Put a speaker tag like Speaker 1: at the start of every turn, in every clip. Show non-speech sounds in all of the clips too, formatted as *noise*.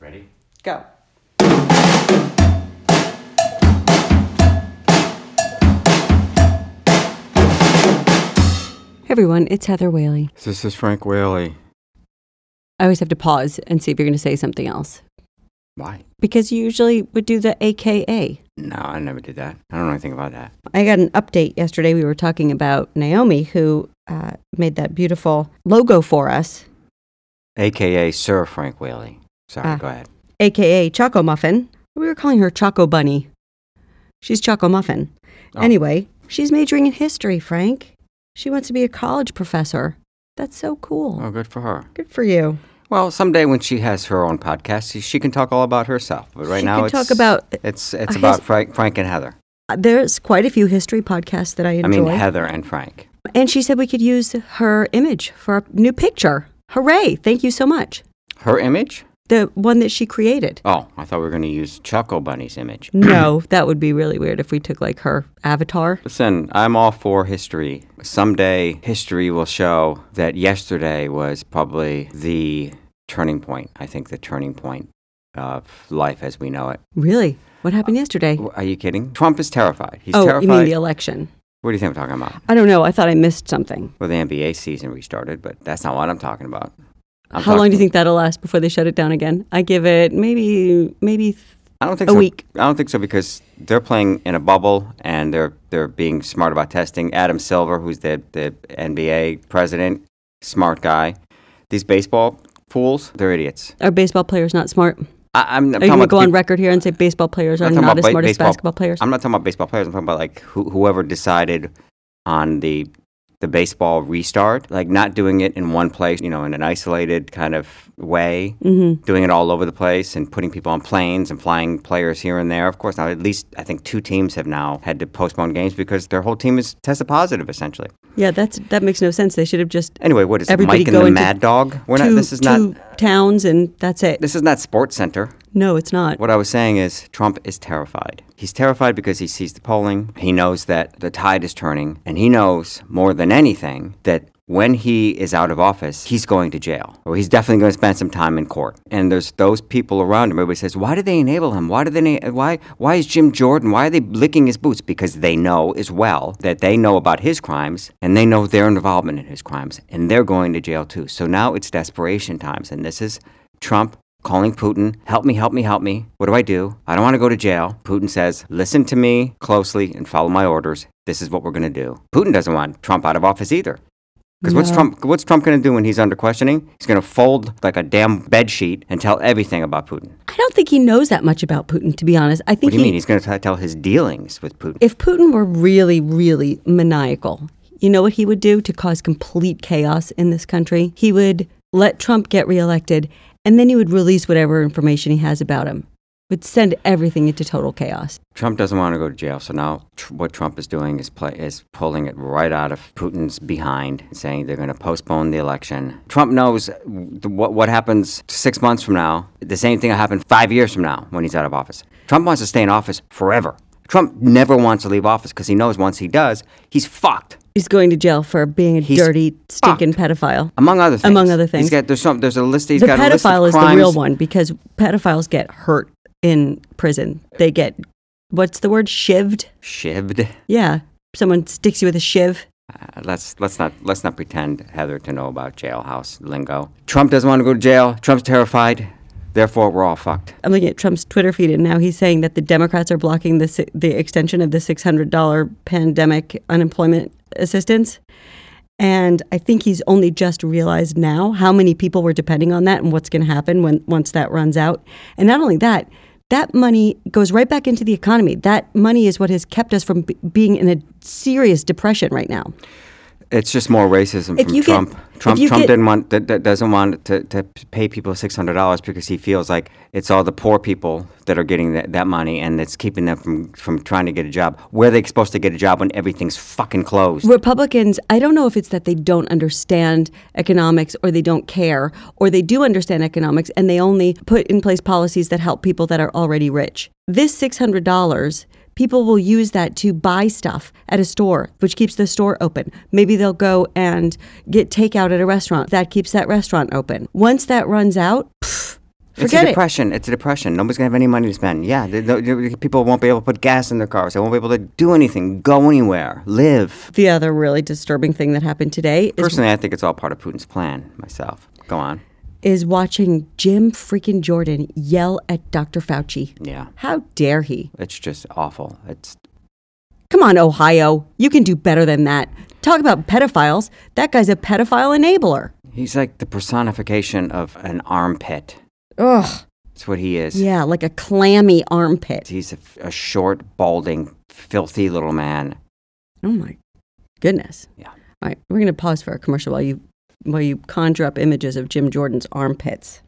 Speaker 1: Ready?
Speaker 2: Go. Hey everyone, it's Heather Whaley.
Speaker 1: This is Frank Whaley.
Speaker 2: I always have to pause and see if you're going to say something else
Speaker 1: Why?
Speaker 2: because you usually would do the AKA.
Speaker 1: No, I never did that. I don't know anything about that.
Speaker 2: I got an update yesterday. We were talking about Naomi, who uh, made that beautiful logo for us,
Speaker 1: AKA Sir Frank Whaley. Sorry,
Speaker 2: Ah.
Speaker 1: go ahead.
Speaker 2: AKA Choco Muffin. We were calling her Choco Bunny. She's Choco Muffin.
Speaker 1: Oh.
Speaker 2: Anyway, she's majoring in history, Frank. She wants to be a college professor. That's so cool.
Speaker 1: Oh, good for her.
Speaker 2: Good for you.
Speaker 1: Well, someday when she has her own podcast, she- she can talk all about herself. But right
Speaker 2: She
Speaker 1: now,
Speaker 2: can
Speaker 1: it's
Speaker 2: talk about-
Speaker 1: it's it's
Speaker 2: uh,
Speaker 1: about
Speaker 2: his-
Speaker 1: Frank, Frank and Heather.
Speaker 2: Uh, There's quite a few history podcasts that I
Speaker 1: I
Speaker 2: enjoy.
Speaker 1: mean, Heather and Frank.
Speaker 2: and she said we could use her image for our new picture. Hooray! Thank you so much.
Speaker 1: Her image?
Speaker 2: The one that she
Speaker 1: *clears throat*
Speaker 2: created.
Speaker 1: Oh, I thought we were going to use Choco Bunny's image.
Speaker 2: No, that would be really weird if we took like her avatar.
Speaker 1: Listen, I'm all for history. Someday history will show that yesterday was probably the turning point. I think the turning point of life as we know it.
Speaker 2: Really? What happened yesterday?
Speaker 1: W- Are you kidding? Trump is terrified. Uh, He's
Speaker 2: oh,
Speaker 1: terrified.
Speaker 2: you mean the election?
Speaker 1: what do you think I'm talking about?
Speaker 2: I don't know. I thought I missed something.
Speaker 1: Well, the NBA season restarted, but that's not what I'm talking about. I'm
Speaker 2: How long do you
Speaker 1: talking-
Speaker 2: think that'll last before they shut it down again? I give it maybe maybe th-
Speaker 1: I don't think
Speaker 2: a
Speaker 1: so.
Speaker 2: week?
Speaker 1: I don't think so because they're playing in a bubble and they're they're being smart about testing. Adam Silver, who's the the NBA president, smart guy. These baseball fools, they're idiots.
Speaker 2: are baseball players not smart?
Speaker 1: I, I'm, I'm
Speaker 2: Are
Speaker 1: talking
Speaker 2: you going to
Speaker 1: about
Speaker 2: go on
Speaker 1: peop-
Speaker 2: record here and say baseball players are
Speaker 1: I'm talking
Speaker 2: not
Speaker 1: about
Speaker 2: as
Speaker 1: ba-
Speaker 2: smart as
Speaker 1: baseball-
Speaker 2: basketball players?
Speaker 1: I'm not talking about baseball players. I'm talking about like who, whoever decided on the the baseball restart, like not doing it in one place, you know, in an isolated kind of way,
Speaker 2: Mm-hmm.
Speaker 1: doing it all over the place and putting people on planes and flying players here and there. Of course, now at least I think two teams have now had to postpone games because their whole team is tested positive essentially.
Speaker 2: Yeah, that's that makes no sense. They should have just
Speaker 1: Anyway, what is it,
Speaker 2: Everybody
Speaker 1: Mike and
Speaker 2: go
Speaker 1: the
Speaker 2: into
Speaker 1: Mad Dog? We're
Speaker 2: two,
Speaker 1: not. This is
Speaker 2: two
Speaker 1: not.
Speaker 2: towns and that's it.
Speaker 1: This is not Sports Center.
Speaker 2: No, it's not.
Speaker 1: What I was saying is Trump is terrified. He's terrified because he sees the polling. He knows that the tide is turning, and he knows more than anything that when he is out of office, he's going to jail, or he's definitely going to spend some time in court. And there's those people around him. Everybody says, "Why did they enable him? Why did they? na- Why? Why is Jim Jordan? Why are they licking his boots?" Because they know as well that they know about his crimes, and they know their involvement in his crimes, and they're going to jail too. So now it's desperation times, and this is Trump calling Putin, help me, help me, help me. What do I do? I don't want to go to jail. Putin says, listen to me closely and follow my orders. This is what we're going to do. Putin doesn't want Trump out of office either. Because what's
Speaker 2: No.
Speaker 1: Trump? What's Trump going to do when he's under questioning? He's going to fold like a damn bed sheet and tell everything about Putin.
Speaker 2: I don't think he knows that much about Putin, to be honest. I
Speaker 1: What
Speaker 2: think
Speaker 1: do you
Speaker 2: he,
Speaker 1: mean? He's going to tell his dealings with Putin.
Speaker 2: if Putin were really, really maniacal, you know what he would do to cause complete chaos in this country? He would let Trump get reelected, and then he would release whatever information he has about him. Would send everything into total chaos.
Speaker 1: Trump doesn't want to go to jail, so now tr- what Trump is doing is play- is pulling it right out of Putin's behind, saying they're going to postpone the election. Trump knows th- what what happens six months from now. The same thing will happen five years from now when he's out of office. Trump wants to stay in office forever. Trump never wants to leave office because he knows once he does, he's fucked.
Speaker 2: He's going to jail for being a
Speaker 1: He's
Speaker 2: dirty, stinking pedophile.
Speaker 1: Among other things.
Speaker 2: Among other things.
Speaker 1: He's got there's some there's a list. He's
Speaker 2: the
Speaker 1: got a list
Speaker 2: pedophile
Speaker 1: of
Speaker 2: is the real
Speaker 1: crimes.
Speaker 2: one because pedophiles get hurt in prison. They get, what's the word, shivved?
Speaker 1: Shivved.
Speaker 2: Yeah. Someone sticks you with a shiv.
Speaker 1: Uh, let's let's not let's not pretend Heather to know about jailhouse lingo. Trump doesn't want to go to jail. Trump's terrified. Therefore, we're all fucked.
Speaker 2: I'm looking at Trump's Twitter feed, and now he's saying that the Democrats are blocking the si- the extension of the $600 pandemic unemployment assistance. And I think he's only just realized now how many people were depending on that and what's going to happen when once that runs out. And not only that, that money goes right back into the economy. That money is what has kept us from b- being in a serious depression right now.
Speaker 1: It's just more racism
Speaker 2: If
Speaker 1: from
Speaker 2: you get-
Speaker 1: Trump.
Speaker 2: if
Speaker 1: Trump
Speaker 2: you
Speaker 1: Trump
Speaker 2: get-
Speaker 1: didn't want that that doesn't want to, to pay people six hundred dollars because he feels like it's all the poor people that are getting that, that money and it's keeping them from from trying to get a job. Where are they supposed to get a job when everything's fucking closed?
Speaker 2: Republicans, I don't know if it's that they don't understand economics or they don't care, or they do understand economics and they only put in place policies that help people that are already rich. This $600, people will use that to buy stuff at a store, which keeps the store open. Maybe they'll go and get takeout at a restaurant. That keeps that restaurant open. Once that runs out, pff,
Speaker 1: It's
Speaker 2: Forget
Speaker 1: a
Speaker 2: it.
Speaker 1: depression. It's a depression. Nobody's gonna have any money to spend. Yeah, the, the- the people won't be able to put gas in their cars. They won't be able to do anything, go anywhere, live.
Speaker 2: The other really disturbing thing that happened today is,
Speaker 1: Personally, I think it's all part of Putin's plan. Myself, go on.
Speaker 2: is watching Jim freaking Jordan yell at Dr. Fauci.
Speaker 1: Yeah,
Speaker 2: How dare he?
Speaker 1: it's just awful. It's
Speaker 2: Come on, Ohio. You can do better than that. Talk about pedophiles. That guy's a pedophile enabler.
Speaker 1: he's like the personification of an armpit.
Speaker 2: Ugh.
Speaker 1: That's what he is.
Speaker 2: Yeah, like a clammy armpit.
Speaker 1: He's a, a short, balding, filthy little man.
Speaker 2: Oh my goodness.
Speaker 1: Yeah.
Speaker 2: All right, we're going to pause for a commercial while you while you conjure up images of Jim Jordan's armpits.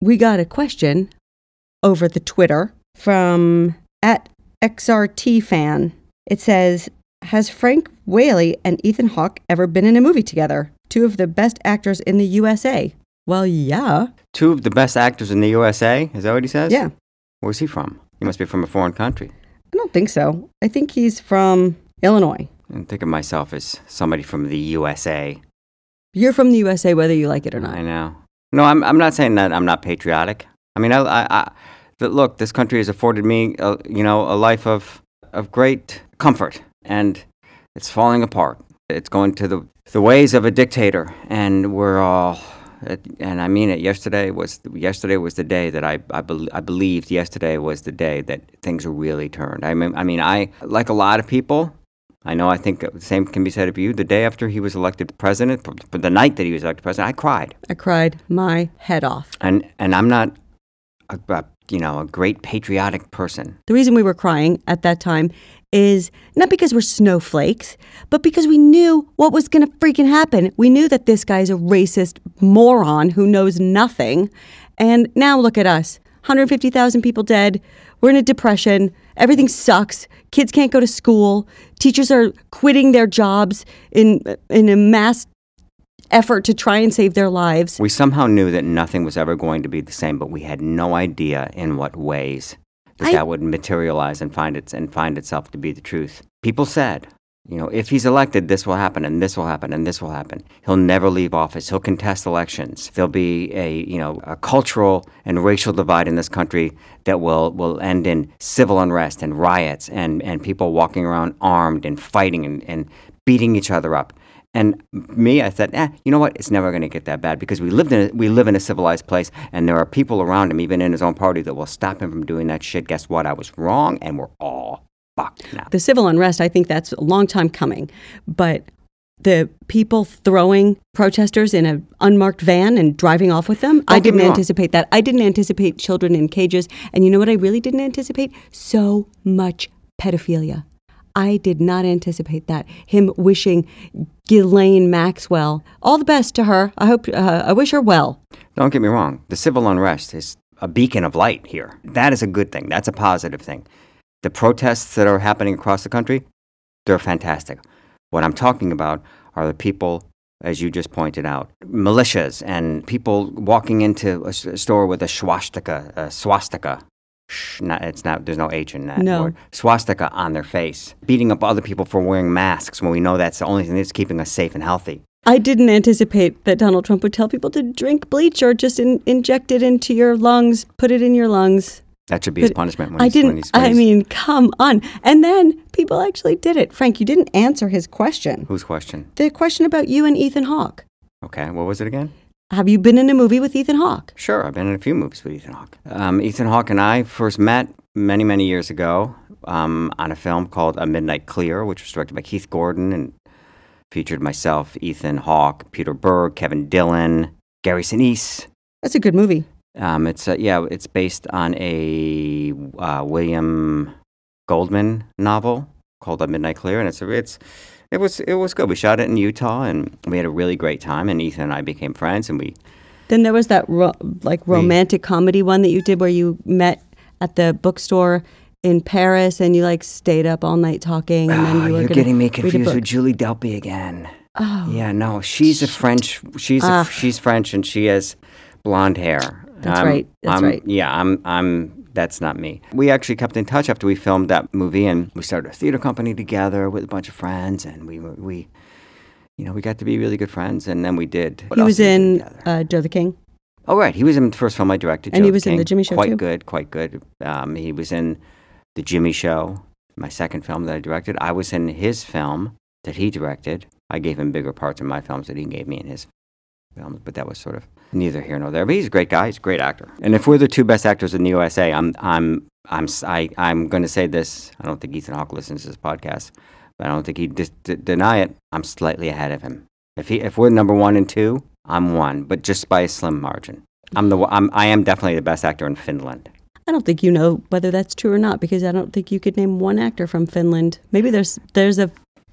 Speaker 2: We got a question over the Twitter from at XRT fan. It says, "Has Frank Whaley and Ethan Hawke ever been in a movie together? Two of the best actors in the USA." Well, yeah,
Speaker 1: Two of the best actors in the USA. Is that what he says?
Speaker 2: yeah.
Speaker 1: Where's he from? He must be from a foreign country.
Speaker 2: I don't think so. I think he's from Illinois.
Speaker 1: And think of myself as somebody from the USA.
Speaker 2: You're from the USA, whether you like it or not.
Speaker 1: I know. No, I'm, I'm not saying that I'm not patriotic. I mean, I, I, I that look, this country has afforded me, uh, you know, a life of, of great comfort, and it's falling apart. It's going to the, the ways of a dictator, and we're all, and I mean it. Yesterday was yesterday was the day that I I, bel I believed yesterday was the day that things really turned. I mean, I mean, I like a lot of people. I know. I think the same can be said of you. The day after he was elected president, p- p- the night that he was elected president, I cried
Speaker 2: I cried my head off.
Speaker 1: and and I'm not a, a you know a great patriotic person.
Speaker 2: The reason we were crying at that time is not because we're snowflakes, but because we knew what was going to freaking happen. We knew that this guy's a racist moron who knows nothing. And now look at us 150,000 people dead. We're in a depression. Everything sucks. Kids can't go to school. Teachers are quitting their jobs in, in a mass effort to try and save their lives.
Speaker 1: We somehow knew that nothing was ever going to be the same, but we had no idea in what ways that
Speaker 2: I-
Speaker 1: that would materialize and find its and find itself to be the truth. People said, you know, if he's elected, this will happen, and this will happen, and this will happen. He'll never leave office. He'll contest elections. There'll be a you know a cultural and racial divide in this country that will will end in civil unrest and riots and and people walking around armed and fighting and, and beating each other up. And me, I said, eh, you know what? It's never going to get that bad because we lived in a, we live in a civilized place, and there are people around him, even in his own party, that will stop him from doing that shit. Guess what? I was wrong, and we're all fucked now.
Speaker 2: the civil unrest, I think that's a long time coming. But the people throwing protesters in an unmarked van and driving off with them, I
Speaker 1: Don't get me
Speaker 2: didn't
Speaker 1: wrong.
Speaker 2: anticipate that. I didn't anticipate children in cages. And you know what I really didn't anticipate? So much pedophilia. I did not anticipate that. Him wishing Ghislaine Maxwell all the best to her. I hope, uh, I wish her well.
Speaker 1: Don't get me wrong. The civil unrest is a beacon of light here. That is a good thing. That's a positive thing. The protests that are happening across the country, they're fantastic. What I'm talking about are the people, as you just pointed out, militias and people walking into a s- store with a swastika, a swastika. Sh- not, it's not. There's no H in that
Speaker 2: No.
Speaker 1: word. Swastika on their face, beating up other people for wearing masks when we know that's the only thing that's keeping us safe and healthy.
Speaker 2: I didn't anticipate that Donald Trump would tell people to drink bleach or just in, inject it into your lungs, put it in your lungs.
Speaker 1: That should be his
Speaker 2: But
Speaker 1: punishment. When
Speaker 2: I
Speaker 1: he's,
Speaker 2: didn't.
Speaker 1: When he's, when
Speaker 2: I
Speaker 1: he's-
Speaker 2: mean, come on. And then people actually did it. Frank, you didn't answer his question.
Speaker 1: whose question?
Speaker 2: The question about you and Ethan Hawke.
Speaker 1: Okay, what was it again?
Speaker 2: Have you been in a movie with Ethan Hawke?
Speaker 1: Sure, I've been in a few movies with Ethan Hawke. Um, Ethan Hawke and I first met many, many years ago um, on a film called A Midnight Clear, which was directed by Keith Gordon and featured myself, Ethan Hawke, Peter Berg, Kevin Dillon, Gary Sinise.
Speaker 2: That's a good movie.
Speaker 1: Um, it's uh, yeah, it's based on a uh, William Goldman novel called A Midnight Clear, and it's it's it was it was good. We shot it in Utah, and we had a really great time. And Ethan and I became friends, and we
Speaker 2: Then there was that ro- like romantic comedy one that you did where you met at the bookstore in Paris and you like stayed up all night talking and then
Speaker 1: Oh,
Speaker 2: you were
Speaker 1: you're
Speaker 2: gonna
Speaker 1: getting me
Speaker 2: read a
Speaker 1: confused
Speaker 2: book.
Speaker 1: with Julie Delpy again. Oh. Yeah, no, she's a French. She's a, she's French, and she has blonde hair.
Speaker 2: That's right, that's
Speaker 1: I'm,
Speaker 2: right.
Speaker 1: Yeah, I'm. I'm. That's not me. We actually kept in touch after we filmed that movie, and we started a theater company together with a bunch of friends, and we were- we you know, we got to be really good friends, and then we did. what
Speaker 2: he
Speaker 1: else
Speaker 2: was
Speaker 1: did we
Speaker 2: in
Speaker 1: do together?
Speaker 2: uh, Joe the King.
Speaker 1: Oh, right. He was in the first film I directed.
Speaker 2: And
Speaker 1: Joe
Speaker 2: he was in
Speaker 1: King.
Speaker 2: The Jimmy Show,
Speaker 1: Quite
Speaker 2: too.
Speaker 1: good, quite good. Um, he was in the Jimmy Show, my second film that I directed. I was in his film that he directed. I gave him bigger parts in my films that he gave me in his films, but that was sort of neither here nor there. But he's a great guy. He's a great actor. And if we're the two best actors in the USA, I'm, I'm, I'm, s- I, I'm going to say this. I don't think Ethan Hawke listens to this podcast, but I don't think he'd dis- d- deny it. I'm slightly ahead of him. If he, if we're number one and two, I'm one, but just by a slim margin. I'm the I'm, I am definitely the best actor in Finland.
Speaker 2: I don't think you know whether that's true or not because I don't think you could name one actor from Finland. Maybe there's there's a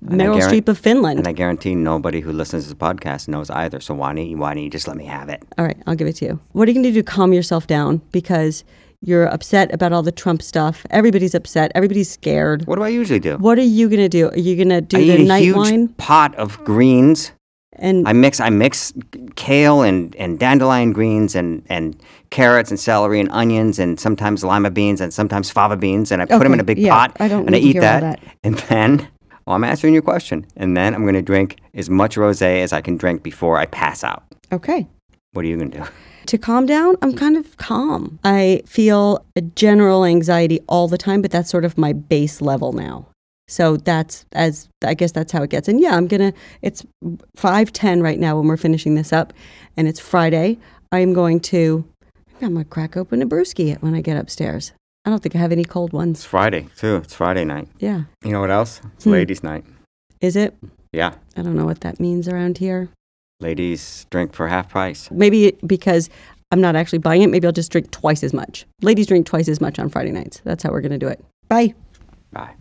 Speaker 1: I
Speaker 2: Meryl
Speaker 1: guarant-
Speaker 2: Streep of Finland.
Speaker 1: And I guarantee nobody who listens to the podcast knows either. So why don't you, why don't you just let me have it?
Speaker 2: All right, I'll give it to you. What are you going to do to calm yourself down because you're upset about all the Trump stuff? Everybody's upset. Everybody's scared.
Speaker 1: What do I usually do?
Speaker 2: What are you going to do? Are you going to do
Speaker 1: I
Speaker 2: the
Speaker 1: eat a
Speaker 2: night
Speaker 1: huge
Speaker 2: wine?
Speaker 1: pot of greens.
Speaker 2: And
Speaker 1: I mix I mix kale and, and dandelion greens and, and carrots and celery and onions and sometimes lima beans and sometimes fava beans and I put them in
Speaker 2: Okay,
Speaker 1: a big
Speaker 2: yeah,
Speaker 1: pot
Speaker 2: I don't
Speaker 1: and I
Speaker 2: need to
Speaker 1: eat
Speaker 2: hear all
Speaker 1: that,
Speaker 2: that.
Speaker 1: and then *laughs* well, I'm answering your question and then I'm going to drink as much rosé as I can drink before I pass out.
Speaker 2: okay.
Speaker 1: What are you going to do?
Speaker 2: To calm down, I'm kind of calm. I feel a general anxiety all the time, but that's sort of my base level now. So that's as I guess that's how it gets. And yeah, I'm gonna. It's five ten right now when we're finishing this up, and it's Friday. I am going to. I'm gonna crack open a brewski when I get upstairs. I don't think I have any
Speaker 1: *laughs*
Speaker 2: cold
Speaker 1: It's
Speaker 2: ones.
Speaker 1: Friday too. It's Friday night.
Speaker 2: Yeah,
Speaker 1: You know what else? It's
Speaker 2: Hmm.
Speaker 1: ladies' night.
Speaker 2: is it?
Speaker 1: Yeah.
Speaker 2: I don't know what that means around here.
Speaker 1: Ladies drink for half price.
Speaker 2: Maybe because I'm not actually buying it, maybe I'll just drink twice as much. Ladies drink twice as much on Friday nights. That's how we're going to do it. Bye.
Speaker 1: Bye.